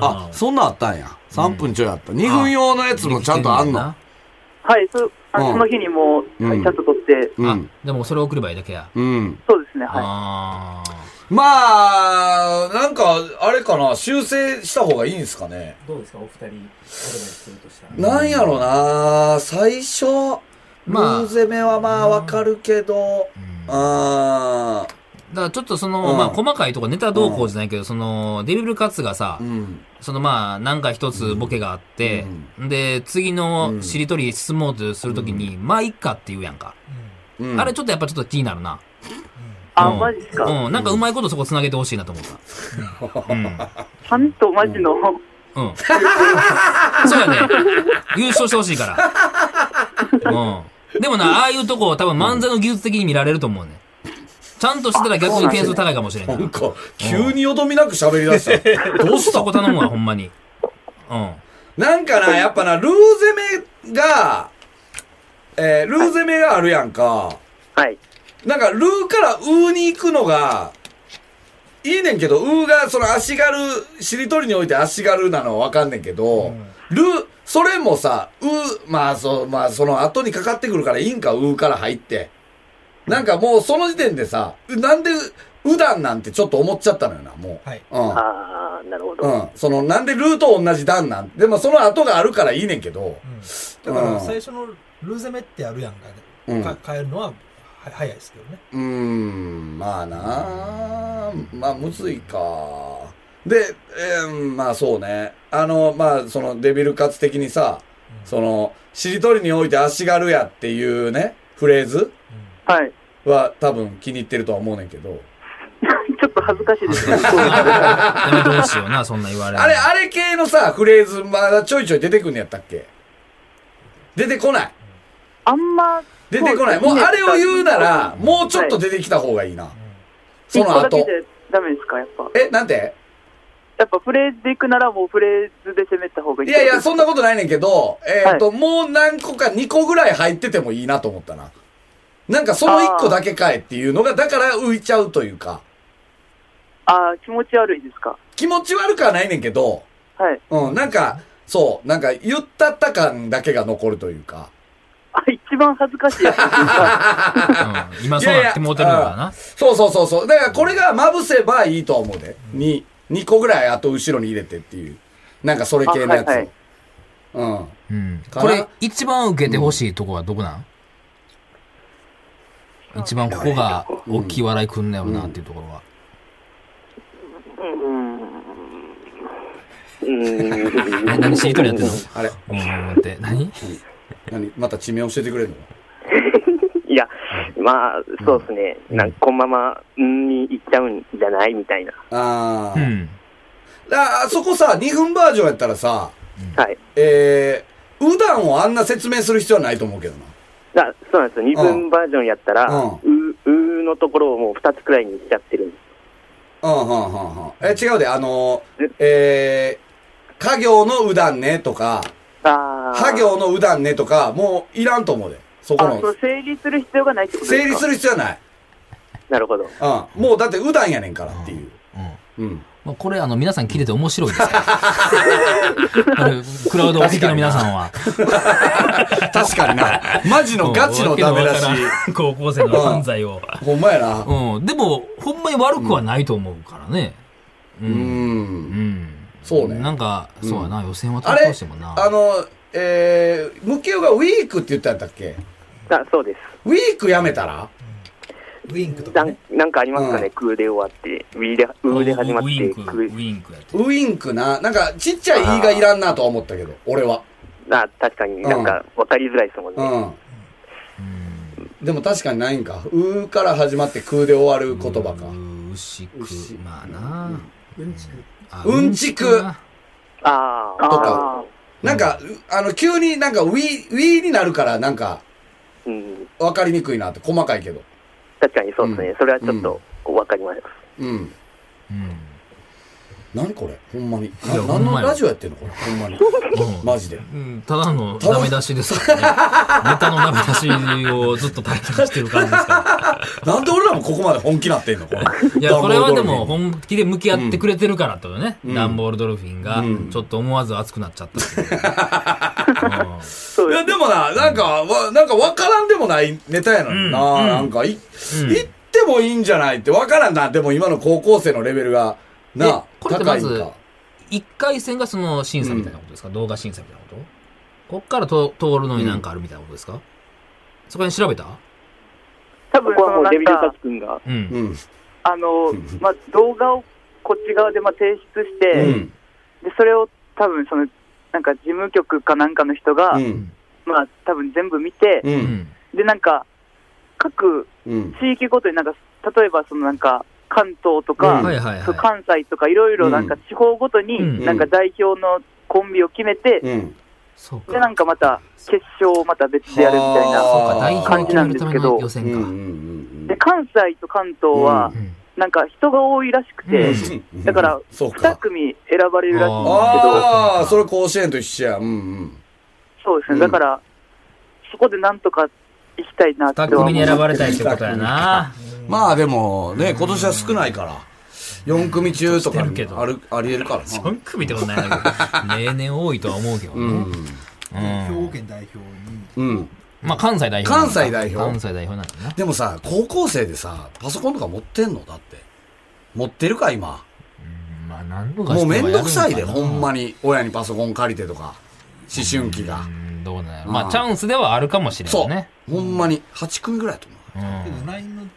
Speaker 3: あ、
Speaker 2: うん
Speaker 3: そんなんあったんや。3分ちょいあった。2分用のやつもちゃんとあんの。
Speaker 7: はい、そあ
Speaker 3: うん
Speaker 7: のその日にもう、
Speaker 3: うん
Speaker 7: はいちゃんと取って、
Speaker 3: う
Speaker 2: あ
Speaker 3: ん。、
Speaker 2: でもそれ送ればいいだけや。
Speaker 3: うん。
Speaker 7: そうですね、はい。
Speaker 2: ああ。
Speaker 3: まあ、なんか、あれかな、修正した方がいいんすかね。
Speaker 4: どうですか、お二人、アドバイスするとしたら。
Speaker 3: なんやろな、最初、ル
Speaker 2: まあ
Speaker 3: ー攻めはまあわかるけど、あ
Speaker 2: だからちょっとその、
Speaker 3: うん
Speaker 2: まあ細かいとこネタ動向じゃないけど、その、デビルカツがさ、
Speaker 3: ーうん。
Speaker 2: そのまあ、なんか一つボケがあって、で、次のしりとり進もうとするときに、まあ、いっかって言うやんか。
Speaker 3: うん
Speaker 2: あれちょっとやっぱちょっと気になるな。
Speaker 7: あ、
Speaker 2: うん
Speaker 7: マジっすか、
Speaker 2: うん、なんかうまいことそこ繋げてほしいなと思った。 うん。
Speaker 7: ちゃんとマジの、
Speaker 2: うん。そうやね。優勝してほしいから。うん。でもな、ああいうとこ多分漫才の技術的に見られると思うね。ちゃんとしてたら逆に点数高いかもしれんから
Speaker 3: なんか、急によどみなく喋り出した。どうした
Speaker 2: そこ頼むわ、ほんまに。うん。
Speaker 3: なんかな、やっぱな、ルー攻めが、えールー攻めがあるやんか。
Speaker 8: はい。
Speaker 3: なんか、ルーからウーに行くのが、いいねんけど、ウーが、その足軽、しりとりにおいて足軽なのはわかんねんけど、ルー、それもさ、ウー、まあ、そう、まあ、その後にかかってくるからいいんか、ウーから入って。なんかもう、その時点でさ、うなんで、ウダンなんてちょっと思っちゃったのよな、もう。
Speaker 5: はい
Speaker 3: うん。
Speaker 8: ああ、なるほど。
Speaker 3: うん。その、なんでルーと同じ段なんでもその後があるからいいねんけど。
Speaker 5: だから
Speaker 3: うん
Speaker 5: 最初のルー攻めってあるやんか,、
Speaker 3: うん
Speaker 5: か変えるのはは早いですけどね
Speaker 3: うーん、まあなあまあ、むずいか。で、えーまあそうね。あの、まあ、そのデビルカツ的にさ、その、しりとりにおいて足軽やっていうね、フレーズ
Speaker 7: はい、
Speaker 3: は多分気に入ってるとは思うねんけど。
Speaker 7: ちょっと恥ずかしいです ね、こういうの
Speaker 2: やめてほしいよな、そんな言われんの
Speaker 3: あれ、あれ系のさ、フレーズ、まだちょいちょい出てくんのやったっけ出てこない。
Speaker 7: あんま、
Speaker 3: 出てこない。もうあれを言うなら、もうちょっと出てきた方がいいな。そ
Speaker 7: 一個
Speaker 3: の
Speaker 7: だけ
Speaker 3: 後
Speaker 7: じ。ゃダメですか、やっぱ。
Speaker 3: え、なんて
Speaker 7: やっぱフレーズで行くなら、もうフレーズで攻めた方がいい。
Speaker 3: いやいや、そんなことないねんけど、えっと、もう何個か2個ぐらい入っててもいいなと思ったな。なんかその1個だけかいっていうのが、だから浮いちゃうというか、
Speaker 7: あー気持ち悪いですか。
Speaker 3: 気持ち悪くはないねんけど、
Speaker 7: はい。
Speaker 3: うん、なんか、そう、なんか言ったった感だけが残るというか。
Speaker 7: あ、一番恥ずかしいやつですか。
Speaker 2: うん、今そうなってもうてるからな。
Speaker 3: そうそうそうそう。だからこれがまぶせばいいとは思うで。に、2個ぐらい後後ろに入れてっていう。なんかそれ系のやつ。
Speaker 7: あはいはい
Speaker 3: うん。
Speaker 2: うん。
Speaker 3: かな
Speaker 2: これ、一番受けてほしいとこはどこなん、一番ここが大きい笑いくんなよなっていうところは。
Speaker 8: うーん。
Speaker 2: え、何しりとりやってんの
Speaker 3: あれ
Speaker 2: うん、待って、何
Speaker 3: 何また地名教えてくれるの
Speaker 8: いや、まあ、そうですね。なんか、このまま、うんに行っちゃうんじゃないみたいな。
Speaker 3: ああ、
Speaker 2: うん。
Speaker 3: あそこさ、2分バージョンやったらさ、
Speaker 8: はい。
Speaker 3: えー、うだんをあんな説明する必要はないと思うけどな。
Speaker 8: だそうなんですよ。二分バージョンやったら、
Speaker 3: うん
Speaker 8: う、うのところをもう二つくらいにしちゃってるんで
Speaker 3: うん、うん、うん、うん。え、違うで、あのー、えー、家業のうだんねとか、
Speaker 8: す。ああ。
Speaker 3: 家業のうだんねとか、もういらんと思うで。そこ
Speaker 7: あ、そ
Speaker 3: の
Speaker 7: う、、整理する必要がないってことですか
Speaker 3: 整理する必要はない。
Speaker 8: なるほど。
Speaker 3: うん。もうだってうだんやねんからっていう。うん。
Speaker 2: まあ、これ、あの、皆さん切れて面白いですから。あのクラウドお聞きの皆さんは。
Speaker 3: 確かにな。マジのガチのダメ出し。
Speaker 2: し。高校生の犯罪を。
Speaker 3: ほんまやな。
Speaker 2: うん。でも、ほんまに悪くはないと思うからね。う。
Speaker 3: うん。
Speaker 2: うんん。
Speaker 3: そうね
Speaker 2: なんか、そうやな、予選は
Speaker 3: あ
Speaker 2: 突
Speaker 3: れ
Speaker 2: 破してもんな。
Speaker 3: あの、えー、ムキオがウィークって言ったんやったっけ
Speaker 8: だそうです。
Speaker 3: ウィークやめたら
Speaker 5: ウィンクと
Speaker 8: な
Speaker 5: か
Speaker 8: ん
Speaker 5: ね。
Speaker 8: なんかありますかね、
Speaker 3: うん
Speaker 8: クーで終わって、ウィーで、ウーで始まっ
Speaker 2: ウ
Speaker 8: て、
Speaker 2: ィンク、ウ
Speaker 8: クー
Speaker 2: ィンクやって。
Speaker 3: ウィンクな。なんか、ちっちゃい「い」がいらんなとは思ったけど、俺は。
Speaker 8: あ確かになんか分かりづらいですもんね。
Speaker 3: うん。でも確かにないんか。うーから始まってくーで終わる言葉か。
Speaker 2: うーしく、まあな。
Speaker 4: うんちく。
Speaker 2: あ
Speaker 3: うんちく
Speaker 2: な
Speaker 8: ああ、
Speaker 3: と
Speaker 7: あ
Speaker 3: か。なんか、うあの、急になんか、ウィー、ウィーになるから、なんか、
Speaker 8: うん、
Speaker 3: わかりにくいなって、細かいけど。
Speaker 8: 確かにそうですね、
Speaker 3: うん
Speaker 8: それはちょっと分かります。
Speaker 3: うん。
Speaker 2: うん。
Speaker 3: 何これほんまに。
Speaker 2: や
Speaker 3: な
Speaker 2: ほ
Speaker 3: 何
Speaker 2: んま
Speaker 3: の
Speaker 2: や
Speaker 3: ラジオやってんのこれほんまに。
Speaker 2: うん
Speaker 3: マジで。
Speaker 2: うんただのダメ出しですから ね。ネタのダメ出しをずっと体験してる感じですか
Speaker 3: なんで俺らもここまで本気なってんのこれ。
Speaker 2: ら。いや、これはでも
Speaker 3: ん、
Speaker 2: 本気で向き合ってくれてるからってことね。
Speaker 3: うん
Speaker 2: ダンボールドルフィンが
Speaker 3: うん、
Speaker 2: ちょっと思わず熱くなっちゃったって いう。うん
Speaker 3: いや、でもな、なんか、わ、なんかわからんでもないネタやのにな。
Speaker 2: うん
Speaker 3: なんか、い、言ってもいいんじゃないって、わからんな。でも今の高校生のレベルが、
Speaker 2: え
Speaker 3: な、
Speaker 2: これ
Speaker 3: 高
Speaker 2: ってま
Speaker 3: い
Speaker 2: ず
Speaker 3: んか。
Speaker 2: 一回戦がその審査みたいなことですか、動画審査みたいなことこっからと通るのになんかあるみたいなことですか、そこに調べた
Speaker 7: 多
Speaker 8: こ
Speaker 7: 分
Speaker 8: こ
Speaker 7: そ
Speaker 8: はも
Speaker 7: の
Speaker 8: う
Speaker 7: な
Speaker 8: デ
Speaker 7: ん
Speaker 8: ビルタ
Speaker 7: か
Speaker 8: チ、君が、
Speaker 2: うん。
Speaker 3: う
Speaker 2: うん
Speaker 3: ん。
Speaker 7: あの、まあ、動画をこっち側でまあ提出し
Speaker 3: う
Speaker 7: て、
Speaker 3: ん。
Speaker 7: でそれを多分その、なんか事務局かなんかの人が、
Speaker 3: うん。
Speaker 7: まあ多分全部見て、
Speaker 3: う。
Speaker 2: うんん。
Speaker 7: で、なんか、各
Speaker 3: うん。
Speaker 7: 地域ごとになんか、例えばそのなんか、関東とか、
Speaker 3: うん
Speaker 2: はいはい
Speaker 7: そう
Speaker 2: は
Speaker 7: 関西とかいろいろなんか
Speaker 3: うん
Speaker 7: 地方ごとに、
Speaker 2: うん
Speaker 7: なんか代表のコンビを決めて、
Speaker 3: うん。
Speaker 2: い。そうか。
Speaker 7: で、なんかまた決勝をまた別でやるみたい
Speaker 3: は
Speaker 7: な。
Speaker 2: そうか、代表を決めるための予
Speaker 3: う
Speaker 2: 選
Speaker 3: ん
Speaker 2: か。
Speaker 3: う
Speaker 2: うんん
Speaker 7: で、関西と関東は、
Speaker 2: うん
Speaker 7: なんか人が多いらしくて、
Speaker 2: うん
Speaker 3: うん
Speaker 7: だから
Speaker 3: そう
Speaker 7: 2
Speaker 3: か。
Speaker 7: 組選ばれるらしいんですけど、
Speaker 3: ああ、それ甲子園と一緒や。うんうん。
Speaker 7: そうですね、
Speaker 3: うん
Speaker 7: だから、そこでなんとか行きたいなって
Speaker 2: 二
Speaker 7: は思
Speaker 2: 組
Speaker 7: う
Speaker 2: に選ばれたいってことや な。
Speaker 3: まあでも、ね、今年は少ないから、4組中とか
Speaker 2: 知ってるけど
Speaker 3: ある、あり得るからな。
Speaker 2: 4組ってことないけど、例年多いとは思うけど
Speaker 3: う
Speaker 2: ね。うん。
Speaker 3: ん。
Speaker 5: 兵庫県代表に。
Speaker 3: うん。
Speaker 2: まあ、関西代表。
Speaker 3: 関西代表
Speaker 2: 関西代表なんだな。
Speaker 3: でもさ、高校生でさ、パソコンとか持ってんのだって。持ってるか、今。
Speaker 2: うんまあ、何度か
Speaker 3: もうめんどくさいで、
Speaker 2: しては
Speaker 3: ほ
Speaker 2: やるのかなん
Speaker 3: まに。親にパソコン借りてとか、思春期が
Speaker 2: う。ん、どうなんやろ
Speaker 3: うん
Speaker 2: まあ、チャンスではあるかもしれ
Speaker 3: そ
Speaker 2: な
Speaker 3: う
Speaker 2: いね。。
Speaker 3: ほんまに、8組ぐらいだと思う。
Speaker 2: う
Speaker 5: け
Speaker 2: ん
Speaker 5: ど LINE のね、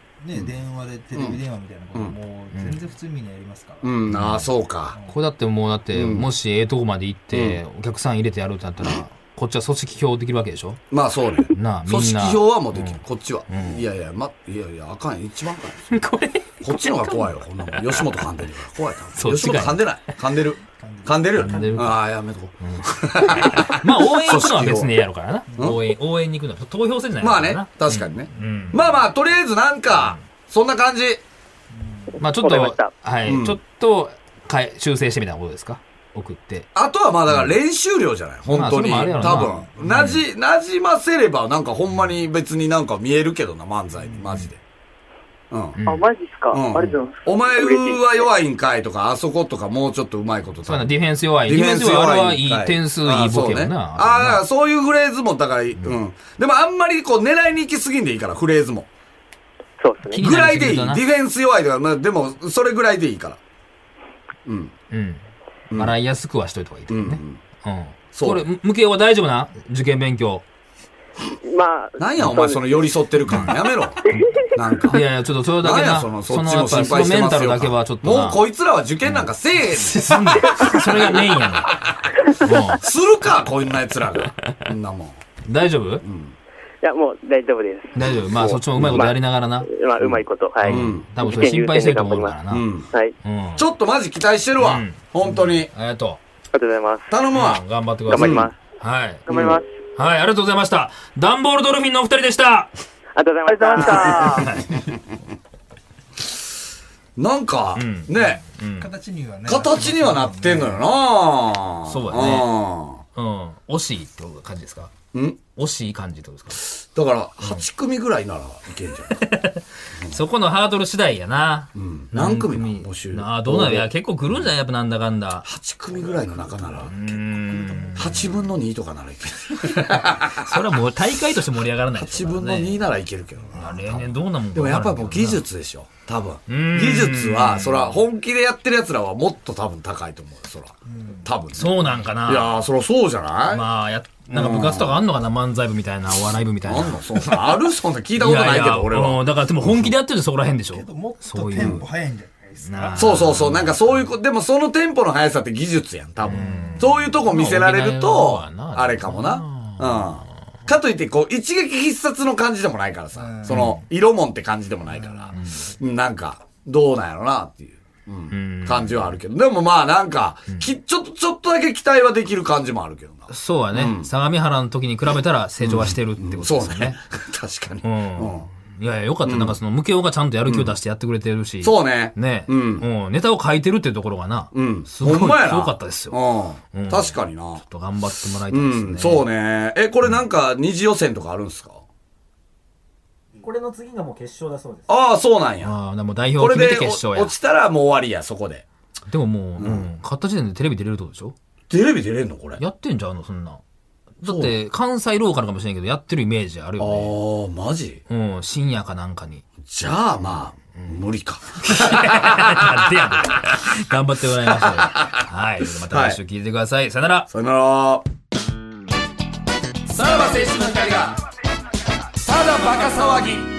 Speaker 5: 電話でテレビ電話みたいなこともう全然普通にみんなやりますから。
Speaker 3: うん、ああ、そうか。
Speaker 2: これだってもうだって、
Speaker 3: うん
Speaker 2: もしええとこまで行って、お客さん入れてやるってなったら、こっちは組織票できるわけでしょ
Speaker 3: まあ そうね。
Speaker 2: なあみんな
Speaker 3: 組織 票はもうできる、こっちは。
Speaker 2: ん
Speaker 3: いやいや、ま、いやいや、あかんよ。一番あかんよ。こっちの方が怖い わ、こんなもん。吉本噛んでるから。怖いな。
Speaker 2: そっち
Speaker 3: 吉
Speaker 2: かい
Speaker 3: 本噛んでない。噛んでる。噛んでるよ
Speaker 2: 噛んでる
Speaker 3: ね。ああ、やめとこう。
Speaker 2: まあ応援行くのは別にええやろからな。
Speaker 3: 織票
Speaker 2: 応援、応援に行くのは投票せんじゃない
Speaker 3: まあ
Speaker 2: から
Speaker 3: ね
Speaker 2: な。、
Speaker 3: 確かにね。
Speaker 2: うん。
Speaker 3: まあまあ、とりあえずなんか、そんな感じ。
Speaker 2: まあちょっ
Speaker 8: わかりまし
Speaker 2: と
Speaker 8: た、
Speaker 2: はい、
Speaker 3: うん
Speaker 2: ちょっと変え、修正してみたいなことですか送って。
Speaker 3: あとはまあだから練習量じゃない本当に。
Speaker 2: まあそれもあるやろ
Speaker 3: 多分。なじ、なじませればなんかほんまに別になんか見えるけどな、漫才に。マジで。うん。
Speaker 2: うん
Speaker 7: あ、マジっすか、
Speaker 3: うん
Speaker 7: ありがとうございます。
Speaker 3: お前は弱いんかいとか、あそことかもうちょっとうまいこと
Speaker 2: そう
Speaker 3: 多
Speaker 2: やな、
Speaker 3: 分
Speaker 2: ディフェンス弱い。ディフェンス弱いはいい、点数いいボケやもんな。
Speaker 3: ああ、だからそういうフレーズも、だから、うん。でもあんまりこう狙いに行きすぎんでいいから、フレーズも。
Speaker 8: そうですね。
Speaker 2: 気に
Speaker 3: ぐ
Speaker 2: な
Speaker 3: ら
Speaker 2: り
Speaker 3: い
Speaker 2: す
Speaker 3: でい
Speaker 2: ぎ
Speaker 3: い。
Speaker 2: る
Speaker 3: デ
Speaker 2: とな
Speaker 3: ィフェンス弱いとか、まあでも、それぐらいでいいから。うん。
Speaker 2: うん。笑いやすくはしといた方がいいと
Speaker 3: う
Speaker 2: 思うね。
Speaker 3: ん。
Speaker 2: うん。
Speaker 3: そう
Speaker 2: これ、む向けは大丈 夫な受験勉強。
Speaker 8: まあ、
Speaker 3: なんや、お前、その寄り添ってる感。やめ ろ。なんか
Speaker 2: い。やいや、ちょっとそれだ
Speaker 3: なん
Speaker 2: け
Speaker 3: や、
Speaker 2: な。
Speaker 3: その、
Speaker 2: そ
Speaker 3: そっ
Speaker 2: の
Speaker 3: ち
Speaker 2: や
Speaker 3: も
Speaker 2: っぱ
Speaker 3: 心
Speaker 2: りそ
Speaker 3: 配
Speaker 2: の
Speaker 3: して
Speaker 2: メン
Speaker 3: ま
Speaker 2: タ
Speaker 3: す
Speaker 2: ル
Speaker 3: よ。
Speaker 2: だけはちょっとな。
Speaker 3: もうこいつらは受験なんかせえへん。す
Speaker 2: 進んで。それがメイン やねん。も
Speaker 3: るか、こんな奴らが。こんなもん。
Speaker 2: う、大丈夫
Speaker 8: いや、もう大丈夫です。
Speaker 2: 大丈夫。まあ、そっちもうまいことやりながらな。
Speaker 8: まあ、うまいこと、はい。
Speaker 2: うん。多分それ心配してると思うからな。
Speaker 3: う
Speaker 2: うん。
Speaker 3: ん。
Speaker 8: はい。
Speaker 2: あ
Speaker 3: ちょっとマジ期待してるわ。
Speaker 2: うん
Speaker 3: 本当に。
Speaker 2: りがと
Speaker 8: ありがとうございます。
Speaker 3: 頼むわ
Speaker 2: う。。頑張ってくだ
Speaker 8: 頑
Speaker 2: さ
Speaker 8: 張
Speaker 2: い。
Speaker 8: ります。
Speaker 2: はい。
Speaker 8: 頑張ります。
Speaker 2: はい、ありがとうございました。ダンボールドルフィンのお二人でした。
Speaker 8: ありがとうございました。
Speaker 3: なんか、
Speaker 2: ん
Speaker 3: ね、
Speaker 2: うん。
Speaker 5: 形にはね。
Speaker 3: 形にはなってんのよな
Speaker 2: そうだ
Speaker 3: ね。
Speaker 2: うん。惜しいって感じですか
Speaker 3: うん。
Speaker 2: 惜しい感じってことです
Speaker 3: だから、8組ぐらいならいけんじゃ ない
Speaker 2: かそこのハードル次第やな。
Speaker 3: うん何組なん募集。
Speaker 2: ああ、どうなるいや、結構来るんじゃないやっぱなんだかんだ。
Speaker 3: 8組ぐらいの中なら、
Speaker 2: うん。
Speaker 3: 8分の2とかならいける。
Speaker 2: それはもう大会として盛り上がらないです
Speaker 3: 8
Speaker 2: からね。
Speaker 3: 分の2ならいけるけどな。
Speaker 2: 例年どうなもんか
Speaker 3: でもやっぱも
Speaker 2: 分
Speaker 3: う
Speaker 2: からんけど
Speaker 3: 技
Speaker 2: な
Speaker 3: 術でしょ。多分。
Speaker 2: ん
Speaker 3: 技術は、そら、本気でやってる奴らはもっと多分高いと思うよ、そら。多分ね。
Speaker 2: そうなんかな。
Speaker 3: いやー、そらそうじゃない
Speaker 2: まあ、や、なんか部活とかあんのかな漫才部みたいな、お笑い部みたいな。
Speaker 3: なんのそんな、あるそんな聞いたことないけ
Speaker 2: やや
Speaker 3: ど、俺は。
Speaker 2: うんだからでも本気でやってるとそこら辺でしょ。
Speaker 5: もっ
Speaker 2: そ
Speaker 5: と
Speaker 2: うい
Speaker 5: テンポ
Speaker 2: う。
Speaker 5: 早いんじゃないですか。
Speaker 2: なあ
Speaker 3: そうそうそう。なんかそういうこでもそのテンポの速さって技術やん、多分。そういうとこ見せられると
Speaker 2: まあ沖縄の方は、な
Speaker 3: あれかもな。うん。かといって、こう、一撃必殺の感じでもないからさ。その、色もんって感じでもないから。うんなんか、どうなんやろな、っていう。うん感じはあるけど。でもまあなんか、き、ちょっと、ちょっとだけ期待はできる感じもあるけどな。
Speaker 2: そうはね、相模原の時に比べたら成長はしてるってこと
Speaker 3: そ
Speaker 2: で
Speaker 3: う
Speaker 2: すよ
Speaker 3: ね
Speaker 2: ね。。
Speaker 3: 確かに。
Speaker 2: う
Speaker 3: うん。
Speaker 2: ん。いやいや、よかった。なんかその、ムケオがちゃんとやる気を出してやってくれてるし。
Speaker 3: そうね。
Speaker 2: ね。
Speaker 3: うん
Speaker 2: うん。ネタを書いてるっていうところがな。
Speaker 3: うん。
Speaker 2: すごい
Speaker 3: ほんまやな
Speaker 2: 強かったですよ。ちょ
Speaker 3: うん。確かにな。
Speaker 2: っと頑張ってもらいた
Speaker 3: う
Speaker 2: いですね。
Speaker 3: ん、そうね。え、これなんか二次予選とかあるんすか
Speaker 4: これの次がもう決勝だそうです。
Speaker 3: ああ、そうなんや。
Speaker 2: ああ、でも代
Speaker 3: こ
Speaker 2: 表
Speaker 3: れ
Speaker 2: 決めて
Speaker 3: で
Speaker 2: 決
Speaker 3: お
Speaker 2: 勝や
Speaker 3: 落。ちたらもう終わりや、そこで。
Speaker 2: でももう、うん。買った時点でテレビ出れるってことでしょ
Speaker 3: テレビ出れんのこれ。あ
Speaker 2: やってんじゃんあの、そんなん。だって、関西ローカルかもしれんけど、やってるイメージあるよ
Speaker 3: あ
Speaker 2: ね。
Speaker 3: ー、マジ
Speaker 2: うん、深夜かなんかに。
Speaker 3: じゃあまあ、無理か。
Speaker 2: なんでやねん頑張ってもらいましょう。はい。また来週聞いてください。さよなら。
Speaker 3: さよなら。さらば青春の光が、ただバカ騒ぎ。